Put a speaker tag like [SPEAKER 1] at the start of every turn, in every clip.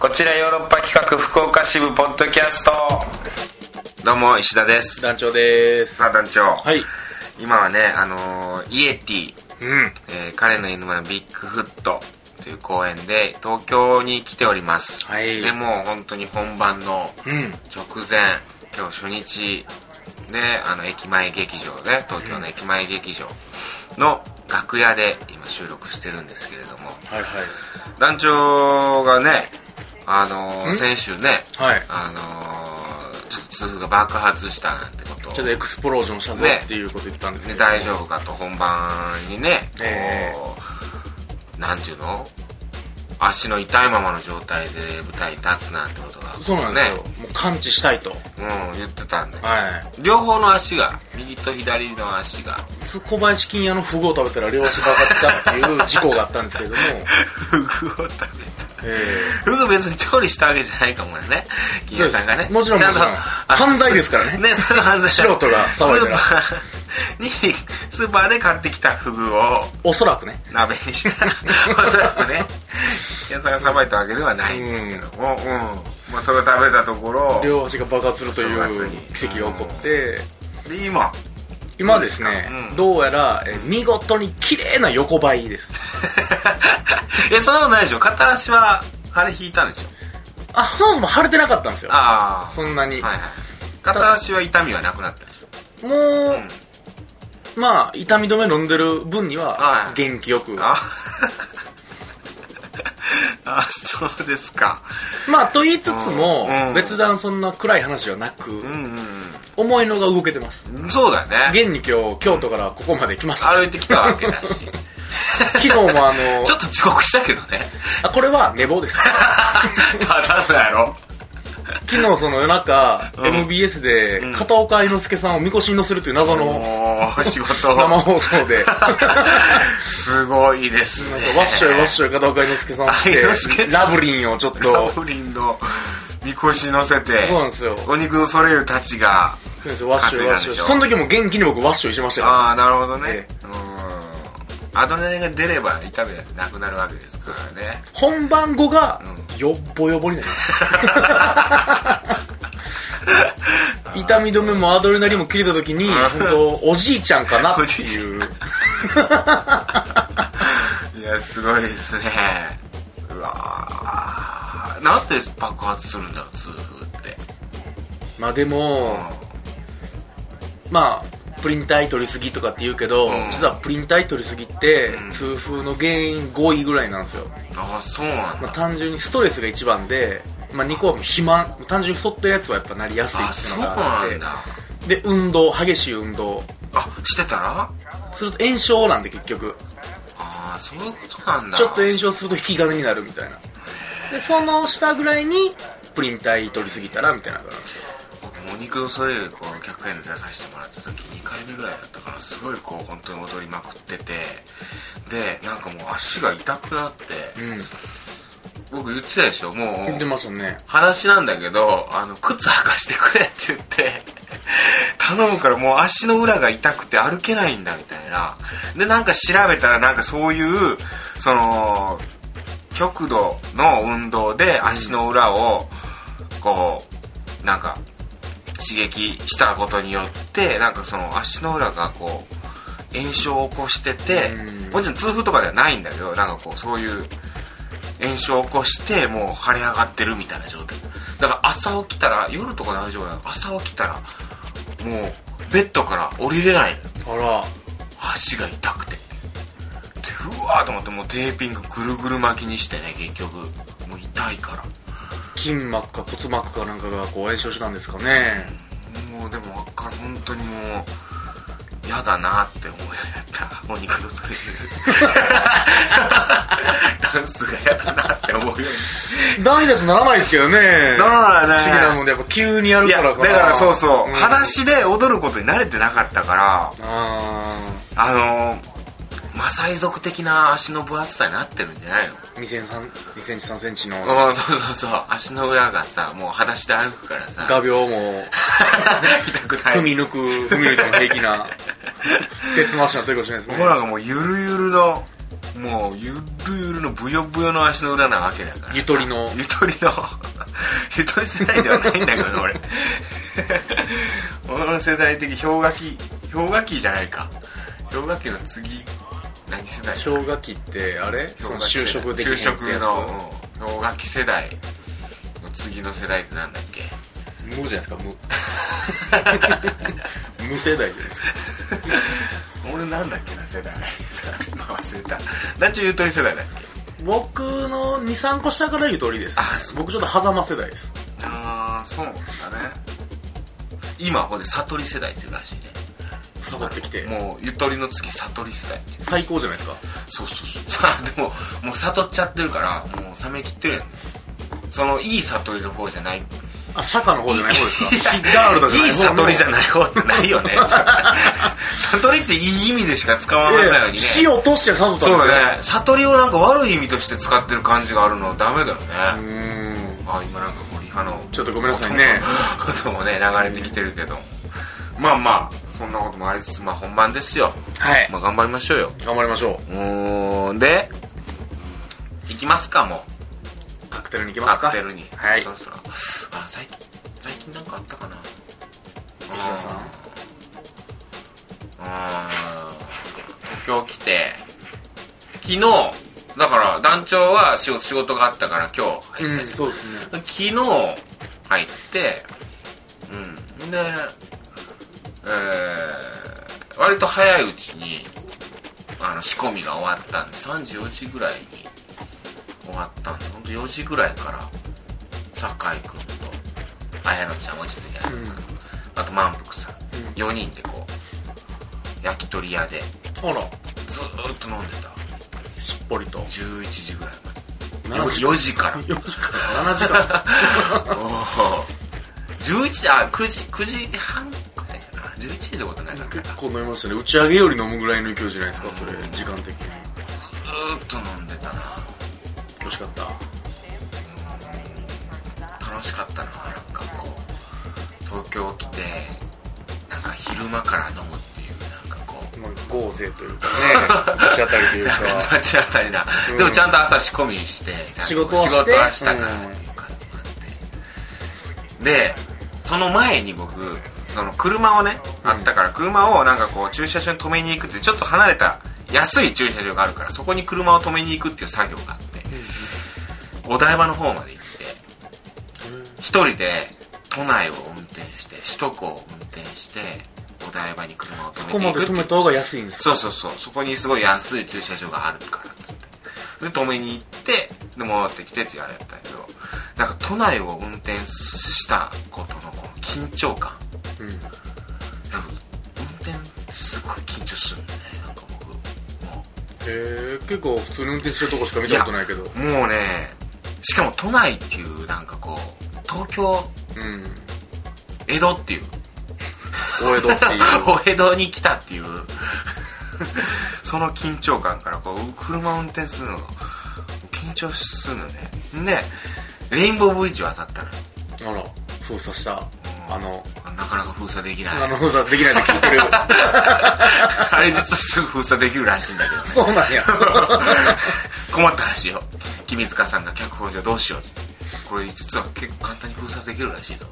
[SPEAKER 1] こちらヨーロッパ企画福岡支部ポッドキャストどうも石田です
[SPEAKER 2] 団長です
[SPEAKER 1] さあ団長、
[SPEAKER 2] はい
[SPEAKER 1] 今はねあのーイエティ、
[SPEAKER 2] うん
[SPEAKER 1] えー彼の犬のビッグフットという公園で東京に来ております、
[SPEAKER 2] はい
[SPEAKER 1] でもう本当に本番の
[SPEAKER 2] うん
[SPEAKER 1] 直前今日初日であの駅前劇場ね東京の駅前劇場の楽屋で今収録してるんですけれども
[SPEAKER 2] はい
[SPEAKER 1] 団長がねあのー
[SPEAKER 2] ん
[SPEAKER 1] 先週ね
[SPEAKER 2] はいはい
[SPEAKER 1] あのーちょっと痛風が爆発したなんてことを
[SPEAKER 2] ちょっとエクスプロージョンしたぞ
[SPEAKER 1] ね
[SPEAKER 2] っていうこと言ったんですけ
[SPEAKER 1] で
[SPEAKER 2] ど、
[SPEAKER 1] 大丈夫かと本番にね、こう
[SPEAKER 2] え
[SPEAKER 1] なんていうの足の痛いままの状態で舞台に立つなんてことが
[SPEAKER 2] そうなんですよ、もう完治したいと
[SPEAKER 1] ね、うん、言ってたんで
[SPEAKER 2] はい
[SPEAKER 1] 両方の足が林と左の足が
[SPEAKER 2] 小林金屋のフグを食べたら両足爆発したっていう事故があったんですけど も
[SPEAKER 1] フグを食べた
[SPEAKER 2] え
[SPEAKER 1] フグ別に調理したわけじゃないかもね金谷さんがね
[SPEAKER 2] そうですもちろん
[SPEAKER 1] ちゃと
[SPEAKER 2] もちろん
[SPEAKER 1] あの
[SPEAKER 2] 犯罪ですからね
[SPEAKER 1] ねそれは犯罪
[SPEAKER 2] 素人が騒いだら
[SPEAKER 1] スーパーにスーパーで買ってきたフグを
[SPEAKER 2] ーおそらくね
[SPEAKER 1] 鍋にしたらおそらくね金谷さんがさばいたわけではないんだけども、うんまあ、それを食べたところ
[SPEAKER 2] 両足が爆発すると
[SPEAKER 1] 爆発
[SPEAKER 2] いう
[SPEAKER 1] に
[SPEAKER 2] 奇跡が起こって
[SPEAKER 1] で今
[SPEAKER 2] 今ですね
[SPEAKER 1] どうですかうん
[SPEAKER 2] どうやら、えー見事に綺麗な横ばいです
[SPEAKER 1] えそんなことないでしょ片足はあれ引いたんでしょ
[SPEAKER 2] あそもそも腫れてなかったんですよ
[SPEAKER 1] ああ
[SPEAKER 2] そんなに、
[SPEAKER 1] はいはい片足は痛みはなくなったでしょ
[SPEAKER 2] もう、まあ痛み止め飲んでる分に
[SPEAKER 1] は
[SPEAKER 2] はい元気よく
[SPEAKER 1] あ あそうですか
[SPEAKER 2] まあと言いつつも
[SPEAKER 1] うんうん
[SPEAKER 2] 別段そんな暗い話はなく
[SPEAKER 1] うん
[SPEAKER 2] 重いのが動けてます
[SPEAKER 1] うんそうだね
[SPEAKER 2] 現に今日京都からここまで来ました
[SPEAKER 1] 歩いてきたわけだし
[SPEAKER 2] 昨日もあ の
[SPEAKER 1] ちょっと遅刻したけどね
[SPEAKER 2] あこれは寝坊です
[SPEAKER 1] ただだろ
[SPEAKER 2] 昨日その夜中
[SPEAKER 1] ん
[SPEAKER 2] MBS で
[SPEAKER 1] ん
[SPEAKER 2] 片岡愛之助さんをみこしに乗せるという謎の
[SPEAKER 1] もう仕
[SPEAKER 2] 生
[SPEAKER 1] 事
[SPEAKER 2] 放 送でなんか
[SPEAKER 1] すごいですね
[SPEAKER 2] わっしょいわっしょい片岡愛之助さんを
[SPEAKER 1] 愛之助
[SPEAKER 2] して
[SPEAKER 1] さ
[SPEAKER 2] ラブリンをちょっ と
[SPEAKER 1] ラブリンのみこし乗せて
[SPEAKER 2] そうなんですよ
[SPEAKER 1] お肉のソレイユたちが
[SPEAKER 2] そうですよわっしょいわっしょ
[SPEAKER 1] 担いだんで
[SPEAKER 2] い
[SPEAKER 1] しょ
[SPEAKER 2] その時も元気に僕わっしょいしましたよ
[SPEAKER 1] ああなるほどね
[SPEAKER 2] え
[SPEAKER 1] うんアドレナリンが出れば痛みはなくなるわけですからね
[SPEAKER 2] 本番後がよっぼよぼになります痛み止めもアドレナリンも切れた時に本当おじいちゃん かなって いう
[SPEAKER 1] いやすごいですねうわーなんで爆発するんだろう痛風って
[SPEAKER 2] まあでもまあプリン体取りすぎとかって言うけど、
[SPEAKER 1] ん
[SPEAKER 2] 実はプリン体取りすぎって、
[SPEAKER 1] ん
[SPEAKER 2] 痛風の原因5位ぐらいなんですよ、
[SPEAKER 1] ああそうなん
[SPEAKER 2] まあ、
[SPEAKER 1] だ
[SPEAKER 2] 単純にストレスが一番で、まあ、2個は肥満単純に太ってるやつはやっぱなりやすい
[SPEAKER 1] あ
[SPEAKER 2] って
[SPEAKER 1] そ
[SPEAKER 2] いううのがあ
[SPEAKER 1] な
[SPEAKER 2] っ
[SPEAKER 1] んだ
[SPEAKER 2] てで運動激しい運動
[SPEAKER 1] あしてたら
[SPEAKER 2] すると炎症なんで結局
[SPEAKER 1] ああそういうことなんだ
[SPEAKER 2] ちょっと炎症すると引き金になるみたいなでその下ぐらいにプリン体取りすぎたらみたいな感じ
[SPEAKER 1] 僕もお肉のそれよりこう100円で出させてもらった時2回目ぐらいだったからすごいこう本当に踊りまくっててでなんかもう足が痛くなって
[SPEAKER 2] う
[SPEAKER 1] 僕言ってたでしょも
[SPEAKER 2] ん言って
[SPEAKER 1] う
[SPEAKER 2] ましたね
[SPEAKER 1] 話なんだけどあの靴履かしてくれって言って頼むからもう足の裏が痛くて歩けないんだみたいなでなんか調べたらなんかそういうその極度の運動で足の裏をこうなんか刺激したことによってなんかその足の裏がこう炎症を起こしてて
[SPEAKER 2] うん
[SPEAKER 1] もちろん痛風とかではないんだけどなんかこうそういう炎症を起こしてもう腫れ上がってるみたいな状態だから朝起きたら夜とか大丈夫なの朝起きたらもうベッドから降りれないの
[SPEAKER 2] あら
[SPEAKER 1] 足が痛くてでうわーと思ってもうテーピングぐるぐる巻きにしてね結局もう痛いから
[SPEAKER 2] 筋膜か骨膜かなんかがこう炎症したんですかね
[SPEAKER 1] もうでもわかる本当にもうやだなって思いやったお肉とそれる ダンスがやだなって思うように
[SPEAKER 2] ダメだしならないですけどね
[SPEAKER 1] ならないね
[SPEAKER 2] 不思議なもんでやっぱ急にやる
[SPEAKER 1] いや
[SPEAKER 2] か
[SPEAKER 1] だ
[SPEAKER 2] らか
[SPEAKER 1] か
[SPEAKER 2] な
[SPEAKER 1] らそうそう、
[SPEAKER 2] ん
[SPEAKER 1] 裸足で踊ることに慣れてなかったから
[SPEAKER 2] あ
[SPEAKER 1] あのー、マサイ族的な足の分厚さになってるんじゃないの
[SPEAKER 2] あ2センチ3センチの
[SPEAKER 1] うんそうそうそう足の裏がさもう裸足で歩くからさ
[SPEAKER 2] 画鋲も
[SPEAKER 1] 痛くない
[SPEAKER 2] 踏み抜 く踏み抜いても平気な鉄の足になってるかもしれないですね
[SPEAKER 1] 僕らがもうゆるゆるのもうゆるゆるのぶよぶよの足の裏なわけだからさ
[SPEAKER 2] ゆとりの
[SPEAKER 1] ゆとりの ゆとり世代ではないんだけどね俺 俺の世代的氷河期氷河期じゃないか氷河期の次何世代
[SPEAKER 2] 氷河期ってあれその就職できへん
[SPEAKER 1] 就
[SPEAKER 2] ってや
[SPEAKER 1] 職
[SPEAKER 2] つ
[SPEAKER 1] の、うん氷河期世代の次の世代ってなんだっけ
[SPEAKER 2] 無じゃないですか 無無世代じゃないですか
[SPEAKER 1] 俺なんだっけな世代今 忘れた団長ゆとり世代だっけ
[SPEAKER 2] 僕の23個下からゆとりです
[SPEAKER 1] あそ
[SPEAKER 2] 僕ちょっと狭間世代です
[SPEAKER 1] ああそうなんだね今はこれ悟り世代っていうらしいね
[SPEAKER 2] 下がってきて
[SPEAKER 1] もうゆとりの次悟り世代っていう
[SPEAKER 2] 最高じゃないですか
[SPEAKER 1] そうそうそうさあでももう悟っちゃってるからもう冷めきってるやんそのいい悟りの方じゃない
[SPEAKER 2] あ釈迦の方じゃない方ですかシッダールドじゃない
[SPEAKER 1] い
[SPEAKER 2] 方の
[SPEAKER 1] 悟りじゃない方ってないよね 悟りっていい意味でしか使わないのにね
[SPEAKER 2] 死を落として悟ったんです
[SPEAKER 1] そ
[SPEAKER 2] よ
[SPEAKER 1] うだね悟りをなんか悪い意味として使ってる感じがあるのはダメだよね
[SPEAKER 2] うーん
[SPEAKER 1] あ今なんか森派の
[SPEAKER 2] ちょっとごめんなさいね
[SPEAKER 1] こともね流れてきてるけどまあまあそんなこともありつつまあ本番ですよ
[SPEAKER 2] はい
[SPEAKER 1] まあ頑張りましょうよ
[SPEAKER 2] 頑張りましょ
[SPEAKER 1] うーんでいきますかもう
[SPEAKER 2] うカクテルに行きますか
[SPEAKER 1] カクテルに
[SPEAKER 2] はい
[SPEAKER 1] そろそろあ最近最近なんかあったかな
[SPEAKER 2] 石田さん
[SPEAKER 1] あー東京来て昨日だから団長は仕事仕事があったから今日入
[SPEAKER 2] う
[SPEAKER 1] っ
[SPEAKER 2] ん
[SPEAKER 1] たし、
[SPEAKER 2] そうですね
[SPEAKER 1] 昨日入ってうんでえー、割と早いうちにあの仕込みが終わったんで34時ぐらいに終わったんでほんと4時ぐらいから酒井君と綾乃ちゃん望月綾乃ちゃん、あと満腹さん
[SPEAKER 2] うん
[SPEAKER 1] 4人でこう焼き鳥屋で
[SPEAKER 2] あら
[SPEAKER 1] ずーっと飲んでた
[SPEAKER 2] しっぽりと
[SPEAKER 1] 11時ぐらいまで
[SPEAKER 2] 7
[SPEAKER 1] 4時
[SPEAKER 2] 時間
[SPEAKER 1] 4 時から
[SPEAKER 2] 4時間7時間
[SPEAKER 1] おー11時 あ9時9時半くらいかな11時ってことないから
[SPEAKER 2] 結構飲みましたね打ち上げより飲むぐらいの勢いじゃないですかそれ時間的
[SPEAKER 1] ず
[SPEAKER 2] に
[SPEAKER 1] ーっと飲んでたな
[SPEAKER 2] 美味しかった
[SPEAKER 1] 楽しかったななんかこう東京来てなんか昼間から飲むっていうなんかこう
[SPEAKER 2] まあ豪勢というか ねぶち当たり というか
[SPEAKER 1] 街当たりな、
[SPEAKER 2] うん
[SPEAKER 1] でもちゃんと朝仕込みしてちゃんと
[SPEAKER 2] 仕事をして
[SPEAKER 1] 仕事はしたからっていう感じがあって、でその前に僕その車をねあったから車をなんかこう駐車場に止めに行くってちょっと離れた安い駐車場があるからそこに車を止めに行くっていう作業があってお台場の方まで行って一人で都内を運転して首都高を運転してお台場に車を
[SPEAKER 2] そ
[SPEAKER 1] 止
[SPEAKER 2] こ
[SPEAKER 1] め
[SPEAKER 2] ま
[SPEAKER 1] て
[SPEAKER 2] で
[SPEAKER 1] いくっていう
[SPEAKER 2] 止めた方が安いんですか
[SPEAKER 1] そうそうそうそこにすごい安い駐車場があるからっつってで止めに行ってで戻ってきてってあれやったんやけどなんか都内を運転したことのこの緊張感
[SPEAKER 2] うん
[SPEAKER 1] なんか運転すごい緊張するんだねなんか僕も
[SPEAKER 2] へえ結構普通に運転してるとこしか見たことないけど
[SPEAKER 1] うもうねしかも都内っていうなんかこう東京
[SPEAKER 2] うん
[SPEAKER 1] 江戸っていう
[SPEAKER 2] 大江戸っていう
[SPEAKER 1] お江戸に来たっていう その緊張感からこう車運転するの緊張するのねでレインボーブリッジ渡ったのよ
[SPEAKER 2] あら封鎖したあの
[SPEAKER 1] なかなか封鎖できない
[SPEAKER 2] あの封鎖できないで聞いてる
[SPEAKER 1] あれ実はすぐ封鎖できるらしいんだけどね
[SPEAKER 2] そうなんや
[SPEAKER 1] 困った話よ君塚さんが脚本上どうしようってこれ実は結構簡単に封鎖できるらしい ぞ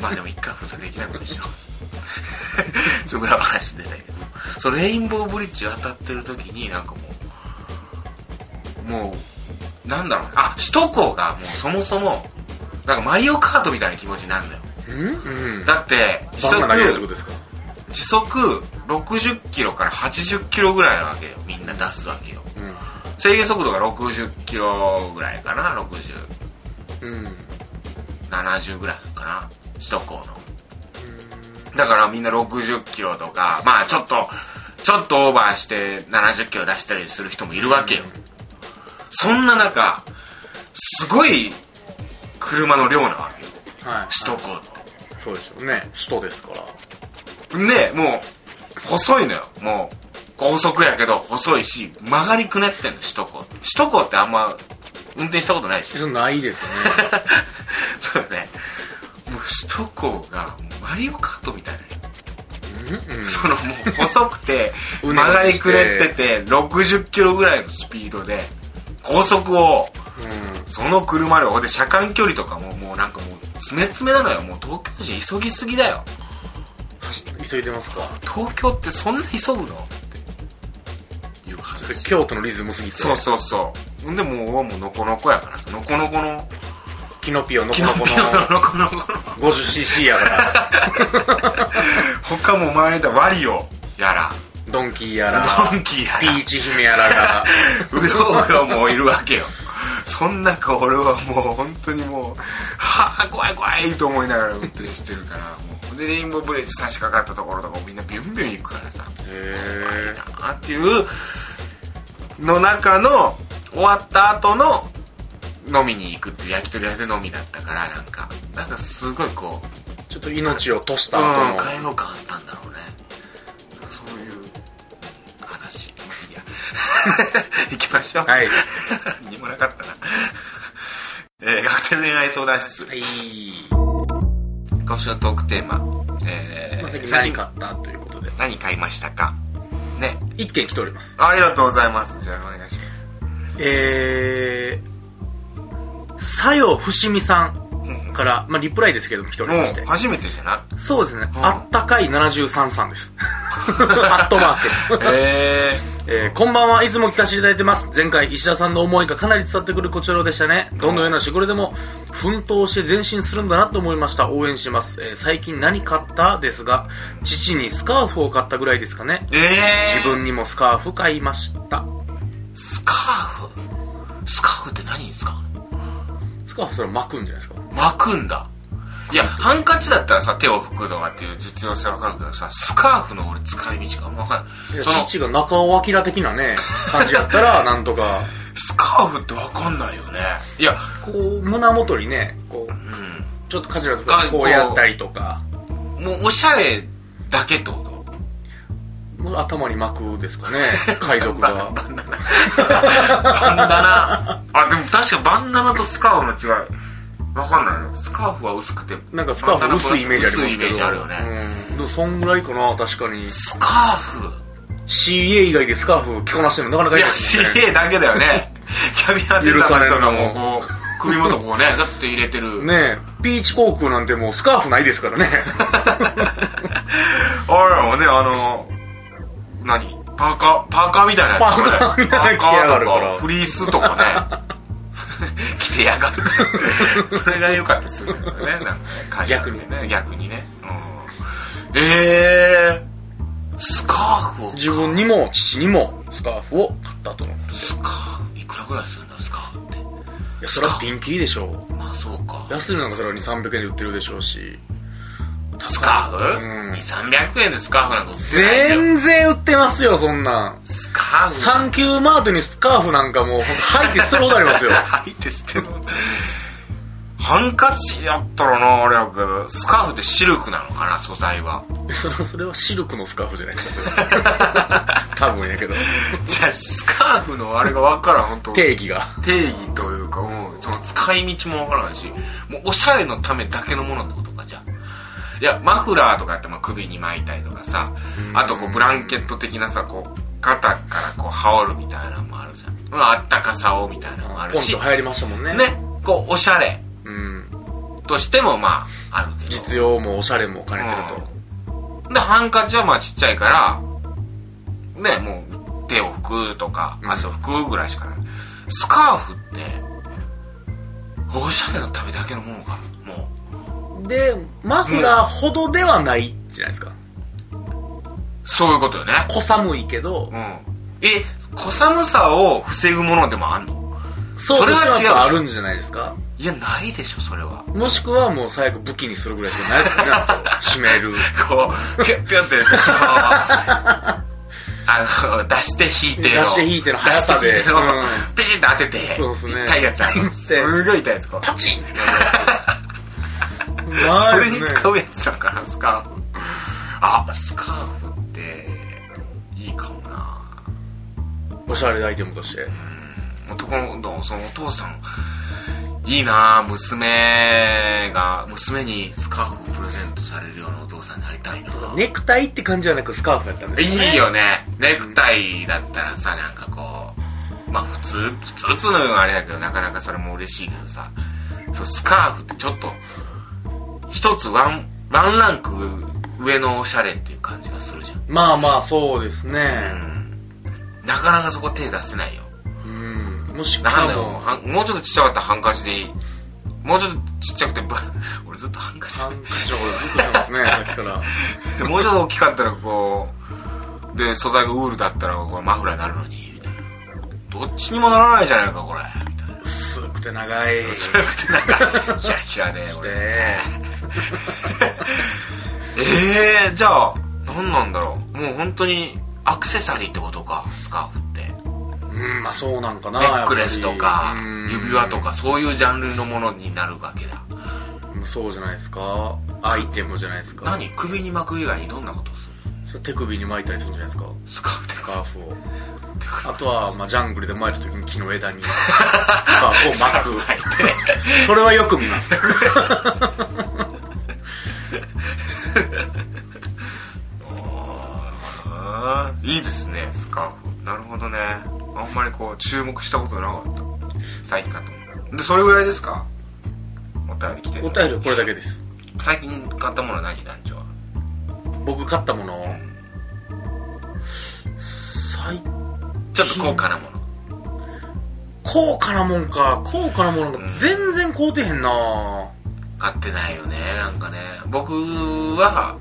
[SPEAKER 1] まあでも一回封鎖できないことにしようっつって ちょっと裏話に出たけどそのレインボーブリッジ渡ってる時になんかもうもうなんだろうあ首都高がもうそもそもなんかマリオカートみたいな気持ちになるんだよ
[SPEAKER 2] うんうん
[SPEAKER 1] だって時
[SPEAKER 2] バ
[SPEAKER 1] 速
[SPEAKER 2] ンが投げるってことですか
[SPEAKER 1] 時速60キロから80キロぐらいなわけよみんな出すわけよ制限速度が60キロぐらいかな
[SPEAKER 2] うんうん
[SPEAKER 1] 6070ぐらいかな首都高のだからみんな60キロとかまあちょっとちょっとオーバーして70キロ出したりする人もいるわけよそんな中すごい車の量なわけよ
[SPEAKER 2] はい
[SPEAKER 1] 首都高って
[SPEAKER 2] そうでしょうね首都ですから
[SPEAKER 1] で、もう、細いのよ。もう、高速やけど細いし、曲がりくねってんの、首都高。首都高ってあんま、運転したことないでしょ。
[SPEAKER 2] そうないですね
[SPEAKER 1] そうだね。もう首都高が、マリオカートみたいな。
[SPEAKER 2] ううん
[SPEAKER 1] そのもう細くて 曲
[SPEAKER 2] うねうねして
[SPEAKER 1] がりくれてて60キロぐらいのスピードで高速を
[SPEAKER 2] う
[SPEAKER 1] その車でほんで車間距離とかももうなんかもう詰め詰めなのよもう東京人急ぎすぎだよ
[SPEAKER 2] ん急いでますか
[SPEAKER 1] 東京ってそんな急ぐのっていう
[SPEAKER 2] ちょっと
[SPEAKER 1] 話
[SPEAKER 2] 京都のリズムすぎて
[SPEAKER 1] そうそうそうほんでもうもうのこのこやからさのこのこの
[SPEAKER 2] キノピオのこ
[SPEAKER 1] キ
[SPEAKER 2] の
[SPEAKER 1] ノ
[SPEAKER 2] こ
[SPEAKER 1] ピオ
[SPEAKER 2] の
[SPEAKER 1] ののこのこの
[SPEAKER 2] 50cc やから
[SPEAKER 1] 他も前だワリオやら
[SPEAKER 2] ドンキーやら
[SPEAKER 1] ドンキーやら
[SPEAKER 2] ピーチ姫やらが
[SPEAKER 1] う どんがもういるわけよそん中俺はもう本当にもうはあ怖い怖いと思いながら運転してるからもうでレインボーブリッジ差し掛かったところとかみんなビュンビュン行くからさ
[SPEAKER 2] へえ
[SPEAKER 1] あっていうの中の終わった後の飲みに行くって焼き鳥屋で飲みだったからなんかなんかすごいこう
[SPEAKER 2] ちょっと命をとした
[SPEAKER 1] うん
[SPEAKER 2] 後の
[SPEAKER 1] 変えようかあったんだろうねそういう話いや 行きましょう
[SPEAKER 2] はい
[SPEAKER 1] 何もなかったな。えー、学生恋愛相談室。
[SPEAKER 2] はい
[SPEAKER 1] 今週のトークテーマ。えー
[SPEAKER 2] まあ最近
[SPEAKER 1] 最
[SPEAKER 2] 何
[SPEAKER 1] 近
[SPEAKER 2] 買ったということで
[SPEAKER 1] 何買いましたかね。
[SPEAKER 2] 1件来ております
[SPEAKER 1] ありがとうございます。じゃあお願いします。
[SPEAKER 2] えーさよふしみさんから、まあ、リプライですけども来ておりまして
[SPEAKER 1] もう、初めてじゃない
[SPEAKER 2] そうですね、
[SPEAKER 1] うん
[SPEAKER 2] あったかい73さんです アットマーク
[SPEAKER 1] え
[SPEAKER 2] えーこんばんはいつも聞かせていただいてます前回石田さんの思いがかなり伝わってくるこちらでしたねどのような仕事でも奮闘して前進するんだなと思いました応援します、えー最近何買ったですが父にスカーフを買ったぐらいですかね
[SPEAKER 1] ー、えー、
[SPEAKER 2] 自分にもスカーフ買いました
[SPEAKER 1] スカーフスカーフって何ですか
[SPEAKER 2] スカーフそれ巻くんじゃないですか
[SPEAKER 1] 巻くんだ。いや、ハンカチだったらさ、手を拭くとかっていう実用性わかるけどさ、スカーフの俺使い道があんまわかん
[SPEAKER 2] い
[SPEAKER 1] な
[SPEAKER 2] や
[SPEAKER 1] い。その、
[SPEAKER 2] 父が中尾明的なね感じやった らなんとか
[SPEAKER 1] スカーフってわかんないよね。いや、
[SPEAKER 2] こう胸元にねこう
[SPEAKER 1] うん。
[SPEAKER 2] ちょっとカジュアルとかこうやったりとか
[SPEAKER 1] もうおしゃれだけって こと
[SPEAKER 2] もう頭に巻くですかね海賊が
[SPEAKER 1] バンダナあでも確かバンダナとスカーフの違いわかんないのスカーフは薄くて
[SPEAKER 2] なんかスカーフ薄いイメージありま
[SPEAKER 1] 薄い
[SPEAKER 2] すけど
[SPEAKER 1] イメージあるよね、
[SPEAKER 2] うん、でもそんぐらいかな確かに
[SPEAKER 1] スカーフ
[SPEAKER 2] CA 以外でスカーフ着こなしてるのなかないか
[SPEAKER 1] や
[SPEAKER 2] ですね
[SPEAKER 1] CA だけだよねキャビアデータの人がもうこう首元こうねだって入れてる、
[SPEAKER 2] ねえピーチ航空なんてもうスカーフないですか らね
[SPEAKER 1] あれもねあの何パーカーパーカーみたいなやつだ
[SPEAKER 2] パーカーみたいな
[SPEAKER 1] パーカー
[SPEAKER 2] 着てやがる
[SPEAKER 1] と
[SPEAKER 2] か
[SPEAKER 1] からフリースとかね 着てやがる からそれが良かったりするんだよねなんかね会社でね逆にね、うん、ええー、スカーフを
[SPEAKER 2] 自分にも父にもスカーフを買ったとのことい
[SPEAKER 1] スカーフいくらぐらいするんだスカーフって
[SPEAKER 2] やそれはピンキリでしょ
[SPEAKER 1] まあそうか
[SPEAKER 2] う安いのなんかそれは2300円で売ってるでしょうし
[SPEAKER 1] スカーフ、
[SPEAKER 2] うん
[SPEAKER 1] ?2300 円でスカーフなんか売ってないよ
[SPEAKER 2] 全然売ってますよそんなん
[SPEAKER 1] スカーフ
[SPEAKER 2] サンキューマートにスカーフなんかもうほんと入って捨てることあり ますよ
[SPEAKER 1] 入って捨てるハンカチやったらなあれやけどスカーフってシルクなのかな素材は
[SPEAKER 2] それそれはシルクのスカーフじゃないですかそ れは多分やけど
[SPEAKER 1] じゃあスカーフのあれが分からん本当定
[SPEAKER 2] 定義が
[SPEAKER 1] 義というか、うん、その使い道も分からないしもうおしゃれのためだけのものってことかじゃあいやマフラーとかやってまあ首に巻いたりとかさあとこうブランケット的なさこう肩からこう羽織るみたいなのもあるじゃんうんあったかさをみたいなのもある
[SPEAKER 2] ポンと
[SPEAKER 1] し
[SPEAKER 2] 流行りましたもんね
[SPEAKER 1] ねこうおしゃれ
[SPEAKER 2] うん
[SPEAKER 1] としてもまああるけど
[SPEAKER 2] 実用もおしゃれも兼ねてると、
[SPEAKER 1] で、ハンカチはまあちっちゃいから、ね、もう手を拭くとか、足を拭くぐらいしかない。スカーフって、おしゃれのためだけのものか。も
[SPEAKER 2] でマフラーほどではないじゃないですか
[SPEAKER 1] う、そういうことよね。
[SPEAKER 2] 小寒いけど
[SPEAKER 1] うん。え、小寒さを防ぐものでもあんの
[SPEAKER 2] そうでしょ
[SPEAKER 1] それは違うでしょ
[SPEAKER 2] やっぱあるんじゃないですか
[SPEAKER 1] いや、ないでしょ、それは。
[SPEAKER 2] もしくはもう最悪武器にするぐらいしかないですよね締 める
[SPEAKER 1] こう、ピュンピュンって、 あの、あの出して引いての。
[SPEAKER 2] 出して引いての速さで
[SPEAKER 1] 出して引いての
[SPEAKER 2] うん
[SPEAKER 1] ピシンと当てて、
[SPEAKER 2] そうっすね
[SPEAKER 1] 痛いやつある。すごい痛いやつ、こう。
[SPEAKER 2] パ チン
[SPEAKER 1] それに使
[SPEAKER 2] う
[SPEAKER 1] うやつだからスカーフあスカーフっていいかもな
[SPEAKER 2] おしゃれアイテムとして
[SPEAKER 1] 男のそのお父さんいいなあ娘が娘にスカーフをプレゼントされるようなお父さんになりたいな
[SPEAKER 2] ネクタイって感じじゃなくスカーフやったんですよね
[SPEAKER 1] いいよねネクタイだったらさなんかこうまあ普通普通普通のよあれだけどなかなかそれも嬉しいけどさそうスカーフってちょっと一つワンワンランク上のおしゃれっていう感じがするじゃん
[SPEAKER 2] まあまあそうですね
[SPEAKER 1] なかなかそこ手出せないよ
[SPEAKER 2] うんもし
[SPEAKER 1] な
[SPEAKER 2] か
[SPEAKER 1] んだよ
[SPEAKER 2] も
[SPEAKER 1] はんもうちょっとちっちゃかったらハンカチでいいもうちょっとちっちゃくて ぶ俺ずっとハン カチ
[SPEAKER 2] ハンカチのことずっと言ってますねさっきから
[SPEAKER 1] でもうちょっと大きかったらこうで素材がウールだったらこれマフラーになるのにみたいなどっちにもならないじゃないかこれみたいな
[SPEAKER 2] 薄くて長 い
[SPEAKER 1] 薄くてなんかヒヤヒヤで俺
[SPEAKER 2] で
[SPEAKER 1] えー、じゃあ何なんだろうもう本当にアクセサリーってことかスカーフって
[SPEAKER 2] うんまあそうなんかな
[SPEAKER 1] ネックレスとか
[SPEAKER 2] やっぱりうん
[SPEAKER 1] 指輪とかそういうジャンルのものになるわけだ
[SPEAKER 2] そうじゃないですかアイテムじゃないですか
[SPEAKER 1] 何首に巻く以外にどんなことをするの
[SPEAKER 2] それ手首に巻いたりするんじゃないですか
[SPEAKER 1] スカーフって
[SPEAKER 2] ス
[SPEAKER 1] か
[SPEAKER 2] カーフを
[SPEAKER 1] 手首
[SPEAKER 2] あとは、まあ、ジャングルで巻いた時に木の枝 にスカーフを巻くそれはよく見 ます
[SPEAKER 1] あーいいですねスカーフなるほどねあんまりこう注目したことなかった最近かと思うでそれぐらいですかお便り来てる
[SPEAKER 2] お便りはこれだけです
[SPEAKER 1] 最近買ったものは何団長は
[SPEAKER 2] 僕買ったもの最
[SPEAKER 1] ちょっと高価なもの
[SPEAKER 2] 高価なもんか高価なものが全然買うてへんな
[SPEAKER 1] 買ってないよねなんかね僕は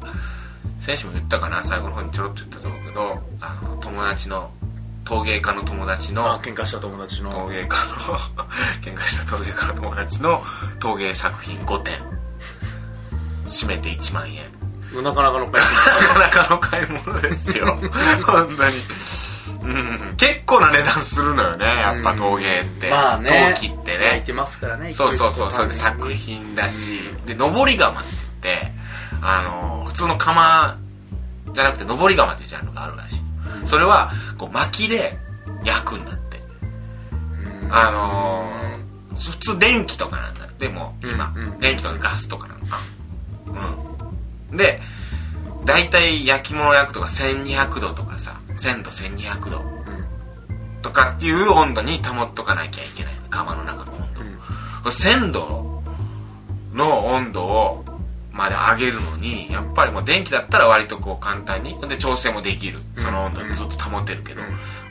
[SPEAKER 1] 選手も言ったかな最後の方にちょろっと言ったと思うけどあの友達の陶芸家の友達
[SPEAKER 2] あ
[SPEAKER 1] の
[SPEAKER 2] 喧嘩した友達
[SPEAKER 1] 陶
[SPEAKER 2] の
[SPEAKER 1] 芸家の 喧嘩した陶芸家の友達の陶芸作品5点締めて1万円
[SPEAKER 2] なかなかの買い
[SPEAKER 1] なかなかの買い物です よ本当にうん、結構な値段するのよねやっぱ陶芸 って、
[SPEAKER 2] まあね
[SPEAKER 1] 陶器って
[SPEAKER 2] 焼い
[SPEAKER 1] ね
[SPEAKER 2] てますからね
[SPEAKER 1] そうそうそうそれで
[SPEAKER 2] 一個
[SPEAKER 1] 作
[SPEAKER 2] 一個
[SPEAKER 1] 品だし、で登り窯って言ってあの普通の窯じゃなくて登り窯っていうジャンルがあるらしいそれはこう薪で焼くんだって
[SPEAKER 2] うん
[SPEAKER 1] あのー、普通電気とかなんだってもう今、
[SPEAKER 2] うんうん
[SPEAKER 1] 電気とかガスとかなのかうんで大体焼き物を焼くとか1200度とかさ1000度1200度とかっていう温度に保っとかなきゃいけないの釜の中の温度
[SPEAKER 2] うん
[SPEAKER 1] 1000度の温度をまで上げるのにやっぱりもう電気だったら割とこう簡単にで調整もできるその温度にずっと保てるけど、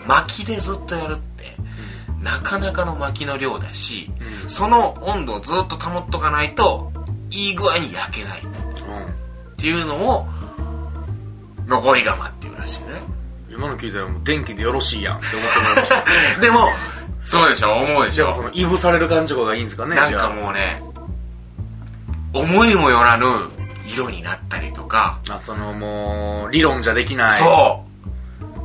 [SPEAKER 1] 薪でずっとやるってなかなかの薪の量だし、
[SPEAKER 2] うん
[SPEAKER 1] その温度をずっと保っとかないといい具合に焼けないっ
[SPEAKER 2] うん
[SPEAKER 1] ていうのを残り釜っていうらしいね
[SPEAKER 2] 今の聞いたらもう電気でよろしいやんって思ってもらいました
[SPEAKER 1] でもそうでしょ思うでし
[SPEAKER 2] じゃ
[SPEAKER 1] ょ
[SPEAKER 2] あそのいぶされる感じとかがいいんですかね
[SPEAKER 1] なん
[SPEAKER 2] じゃ
[SPEAKER 1] か
[SPEAKER 2] あ
[SPEAKER 1] もうね思いもよらぬ色になったりとか、
[SPEAKER 2] あそのもう理論じゃできない
[SPEAKER 1] そう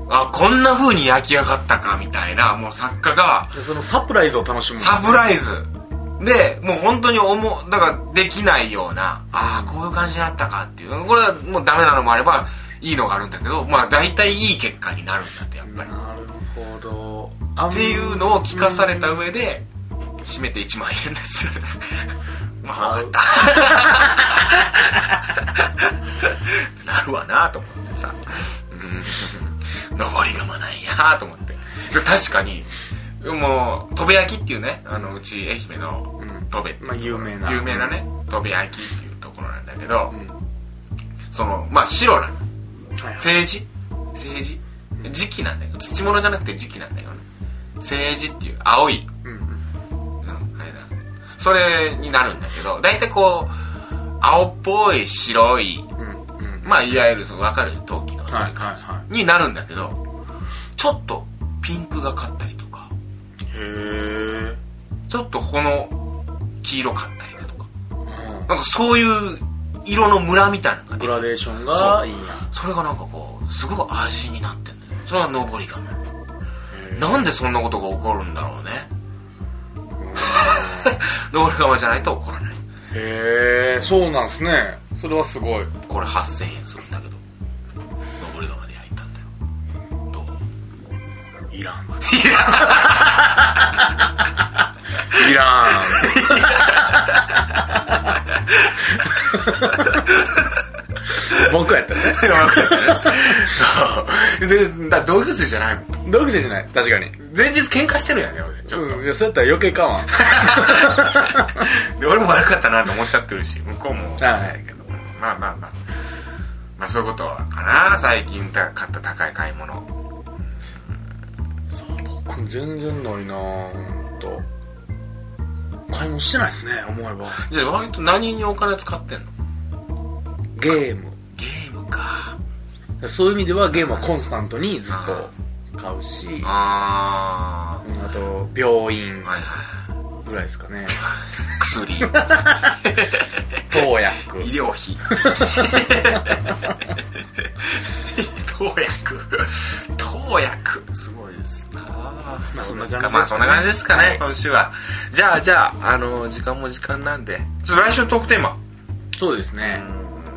[SPEAKER 1] あこんな風に焼き上がったかみたいなもう作家が
[SPEAKER 2] でそのサプライズを楽しむ
[SPEAKER 1] サプライズでもう本当に思うだからできないようなああこういう感じになったかっていうこれはもうダメなのもあればいいのがあるんだけどまあ大体いい結果になるんだってやっぱり
[SPEAKER 2] なるほどあん
[SPEAKER 1] っていうのを聞かされた上で締めて1万円です まあ分かった なるわなと思ってさうん登り窯なんやと思ってで確かにもう戸部焼きっていうねあのうち愛媛の
[SPEAKER 2] うん
[SPEAKER 1] 戸部っていう
[SPEAKER 2] まあ有名な
[SPEAKER 1] 有名なね戸部焼きっていうところなんだけど、
[SPEAKER 2] うん
[SPEAKER 1] そのまあ白なの
[SPEAKER 2] はいはい
[SPEAKER 1] 政治政治時期なんだけど土物じゃなくて時期なんだよね政治っていう青い、
[SPEAKER 2] うんうん
[SPEAKER 1] うん、あれだそれになるんだけど大体こう青っぽい白い
[SPEAKER 2] うんうん
[SPEAKER 1] まあいわゆるその分かる陶器のそう
[SPEAKER 2] はいいう
[SPEAKER 1] 感
[SPEAKER 2] は
[SPEAKER 1] じ
[SPEAKER 2] いは
[SPEAKER 1] になるんだけどちょっとピンクがかったりとか
[SPEAKER 2] いへえ
[SPEAKER 1] ちょっとこの黄色かったりだとかなんかそういう色のムラみたいなのが
[SPEAKER 2] グ
[SPEAKER 1] でき
[SPEAKER 2] ラ
[SPEAKER 1] て
[SPEAKER 2] デーション
[SPEAKER 1] そ
[SPEAKER 2] が
[SPEAKER 1] う
[SPEAKER 2] いいんや
[SPEAKER 1] それがなんかこうすごい味になってんだよそれは上りかな
[SPEAKER 2] へ
[SPEAKER 1] なんでそんなことが起こるんだろうね。どう我慢じゃないと起こらない。
[SPEAKER 2] えへえそうなんすねそれはすごい
[SPEAKER 1] これ8000円するんだけど。登り窯で焼いたんだよ。どう
[SPEAKER 2] いらんい らん。僕やったね。
[SPEAKER 1] 全然だ同級生じゃないもん
[SPEAKER 2] 同級生じゃない確かに。
[SPEAKER 1] 前日喧嘩してるやんね俺ちょっと、
[SPEAKER 2] うん、いや、そうやったら余計かわん。
[SPEAKER 1] で俺も悪かったなって思っちゃってるし向こうも
[SPEAKER 2] はい
[SPEAKER 1] あれやけどまあまあまあまあそういうことかな最近た買った高い買い物
[SPEAKER 2] 僕全然ないなほんと。買い物してないですね、思えば。
[SPEAKER 1] じゃあ割と何にお金使ってんの
[SPEAKER 2] ゲーム。
[SPEAKER 1] ゲームか
[SPEAKER 2] そういう意味ではゲームはコンスタントにずっと買うし、うん
[SPEAKER 1] あ
[SPEAKER 2] あと、病院
[SPEAKER 1] あはいは
[SPEAKER 2] ぐらいですかね。
[SPEAKER 1] い薬
[SPEAKER 2] 投薬。
[SPEAKER 1] 医療費投薬投薬すごいですな
[SPEAKER 2] まあそんな感じですかね
[SPEAKER 1] まあそんな感じですかね、
[SPEAKER 2] はい
[SPEAKER 1] 今週はじゃあじゃああの時間も時間なんでちょっと来週のトークテーマ
[SPEAKER 2] そうですね。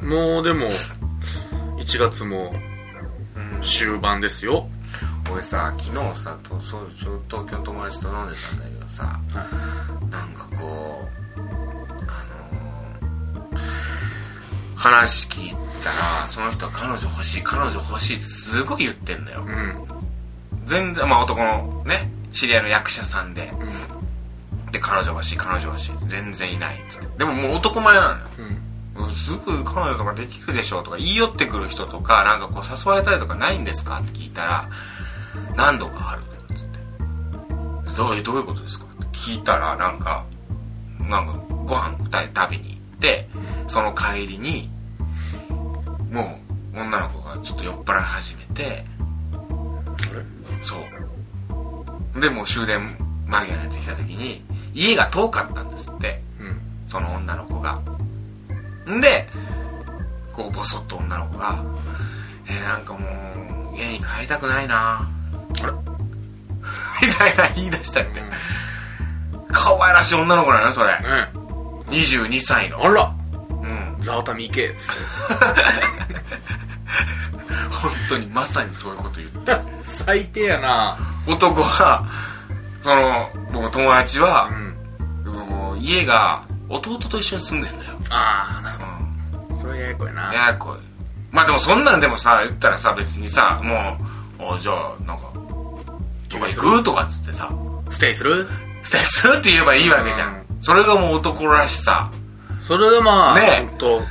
[SPEAKER 2] もうでも、1月も終盤ですよ。
[SPEAKER 1] 俺さ昨日さとそうそう東京の友達と飲んでたんだけどさ、なんかこうあのー話聞いたらその人は彼女欲しい彼女欲しいってすごい言ってんだよ
[SPEAKER 2] うん。うん。
[SPEAKER 1] 全然まあ男のね知り合いの役者さんでで彼女欲しい彼女欲しい全然いないっつってでももう男前なのようんすぐ彼女とかできるでしょうとか言い寄ってくる人とかなんかこう誘われたりとかないんですかって聞いたら何度かあるっつってどうえどういうことですかって聞いたらなんかなんかご飯二人食べに行ってその帰りにもう女の子がちょっと酔っ払い始めてそうでもう終電間際になってきた時に家が遠かったんですって
[SPEAKER 2] うん。
[SPEAKER 1] その女の子が。んで、こう、ぼそっと女の子が、えー、なんかもう、家に帰りたくないな
[SPEAKER 2] あれ
[SPEAKER 1] みたいな言い出したって。可愛らしい女の子なのよ、それ。
[SPEAKER 2] ね
[SPEAKER 1] 22歳の。
[SPEAKER 2] あら
[SPEAKER 1] うん。本
[SPEAKER 2] ザワタミ行けっつっ
[SPEAKER 1] 当にまさにそういうこと言って。
[SPEAKER 2] て。 最低やな
[SPEAKER 1] 男は、その、僕の友達
[SPEAKER 2] う
[SPEAKER 1] は、
[SPEAKER 2] ん。
[SPEAKER 1] もう家が、弟と一緒に住んでんだよ。
[SPEAKER 2] ああ、なる
[SPEAKER 1] うん。
[SPEAKER 2] ほど。それややこいな。
[SPEAKER 1] ややこいまあでもそんなんでもさ言ったらさ別にさもうあじゃあなんかどこ行くとかっつってさ
[SPEAKER 2] ステイする
[SPEAKER 1] ステイするって言えばいいわけじゃんそれがもう男らしさ
[SPEAKER 2] それがまあ、
[SPEAKER 1] ねえ
[SPEAKER 2] ほんと、
[SPEAKER 1] う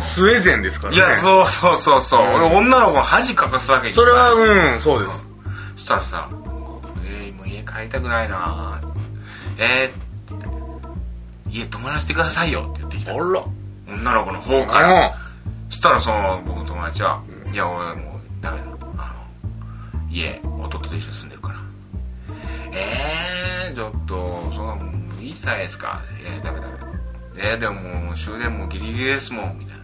[SPEAKER 2] スウェーデンですから
[SPEAKER 1] ん
[SPEAKER 2] ね。
[SPEAKER 1] いやそうそうそうそう、
[SPEAKER 2] うん
[SPEAKER 1] 俺女の子が恥かかすわけに
[SPEAKER 2] それは、
[SPEAKER 1] ん
[SPEAKER 2] うん、そうです。
[SPEAKER 1] したらさ「えー、もう家帰りたくないなえー、家泊まらせてくださいよ」って言ってきた
[SPEAKER 2] あら。
[SPEAKER 1] 女の子の方から
[SPEAKER 2] う
[SPEAKER 1] したらその僕の友達は「いや俺もうダメだあの家弟と一緒に住んでるから」えー、ちょっとそんなもんいいじゃないですか「えー、ダメダメ」えー、でももう終電もギリギリですもん」みたい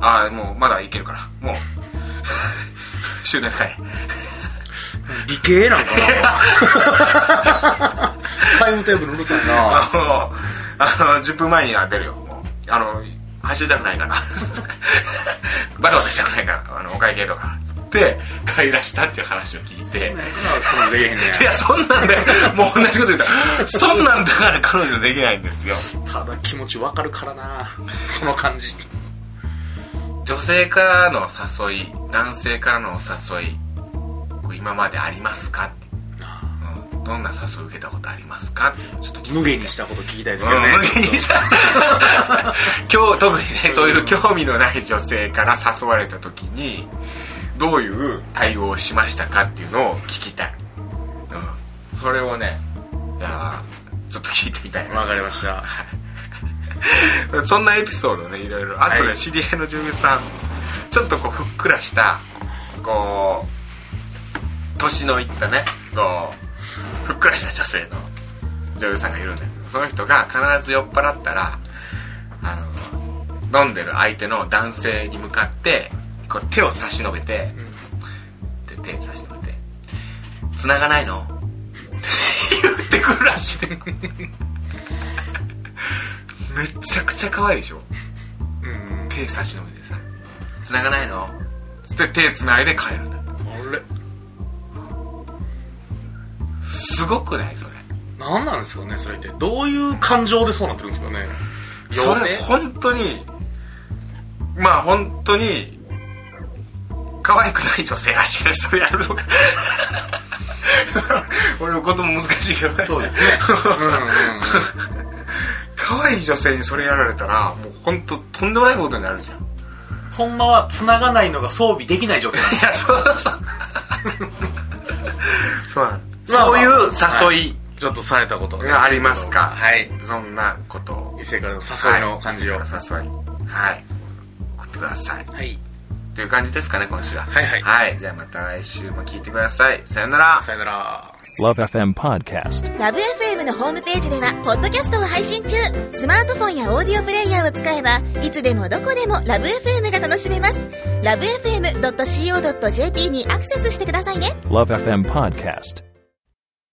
[SPEAKER 1] な「ああもうまだいけるからもう 終電帰れ」
[SPEAKER 2] ん。理系なんかなタイムテーブルうるさいな
[SPEAKER 1] あのあの10分前には出るよもうあの走りたくないから バタバタしたくないからあのお会計とかつって帰らしたっていう話を聞いて。
[SPEAKER 2] そんなんできへんね
[SPEAKER 1] いや、そんなんで、もう同じこと言った。そんなんだから彼女できないんですよ。
[SPEAKER 2] やただ気持ちわかるからなその感じ
[SPEAKER 1] 女性からのお誘い、男性からのお誘い、こう今までありますかって。うんどんな誘い受けたことありますかっていうのをちょっと聞いて
[SPEAKER 2] 無限にしたこと聞きたいです
[SPEAKER 1] うん
[SPEAKER 2] けどね
[SPEAKER 1] 無限にした 今日特にねそういう興味のない女性から誘われた時にどういう対応をしましたかっていうのを聞きたい、うん、それをねいやーちょっと聞いてみたいな
[SPEAKER 2] わかりました
[SPEAKER 1] そんなエピソードねいろいろあとね、
[SPEAKER 2] はい
[SPEAKER 1] 知り合いの女優さんちょっとこうふっくらしたこう年のいったねこうふっくらした女性の女優さんがいるんだけどその人が必ず酔っ払ったらあの飲んでる相手の男性に向かってこう手を差し伸べて、で手に差し伸べて「繋がないの?」って言ってくるらしいでめちゃくちゃ可愛いでしょ
[SPEAKER 2] うん
[SPEAKER 1] 手差し伸べてさ「繋がないの?」つって手繋いで帰るんだ
[SPEAKER 2] あれ
[SPEAKER 1] すごくないそれ
[SPEAKER 2] な何なんですかねそれってどういう感情でそうなってるんですかね
[SPEAKER 1] それ
[SPEAKER 2] 妖
[SPEAKER 1] 本当にまあ本当に可愛くない女性らしいですそれやるのが 俺のことも難しいけどね
[SPEAKER 2] 精そうですねうんうんうん
[SPEAKER 1] 可愛い女性にそれやられたらもう本当とんでもないことになるじゃんい
[SPEAKER 2] ほんまは繋がないのが装備できない女性なんです
[SPEAKER 1] やそうそう そうなん
[SPEAKER 2] まあまあまあ
[SPEAKER 1] そういう誘い
[SPEAKER 2] ちょっとされたことね
[SPEAKER 1] がありますか
[SPEAKER 2] はい
[SPEAKER 1] そんなことを
[SPEAKER 2] 異性からの誘いの感じを、
[SPEAKER 1] は
[SPEAKER 2] はいい
[SPEAKER 1] 誘いはい送ってくださいという感じですかね今週は
[SPEAKER 2] はいはい
[SPEAKER 1] はい、じゃあまた来週も聞いてくださいさよなら
[SPEAKER 2] さよなら
[SPEAKER 3] Love FM Podcast.
[SPEAKER 4] ラブ f m のホームページではポッドキャストを配信中スマートフォンやオーディオプレイヤーを使えばいつでもどこでもラブ f m が楽しめますラブ FM.co.jp にアクセスしてくださいね
[SPEAKER 3] Love FM Podcast.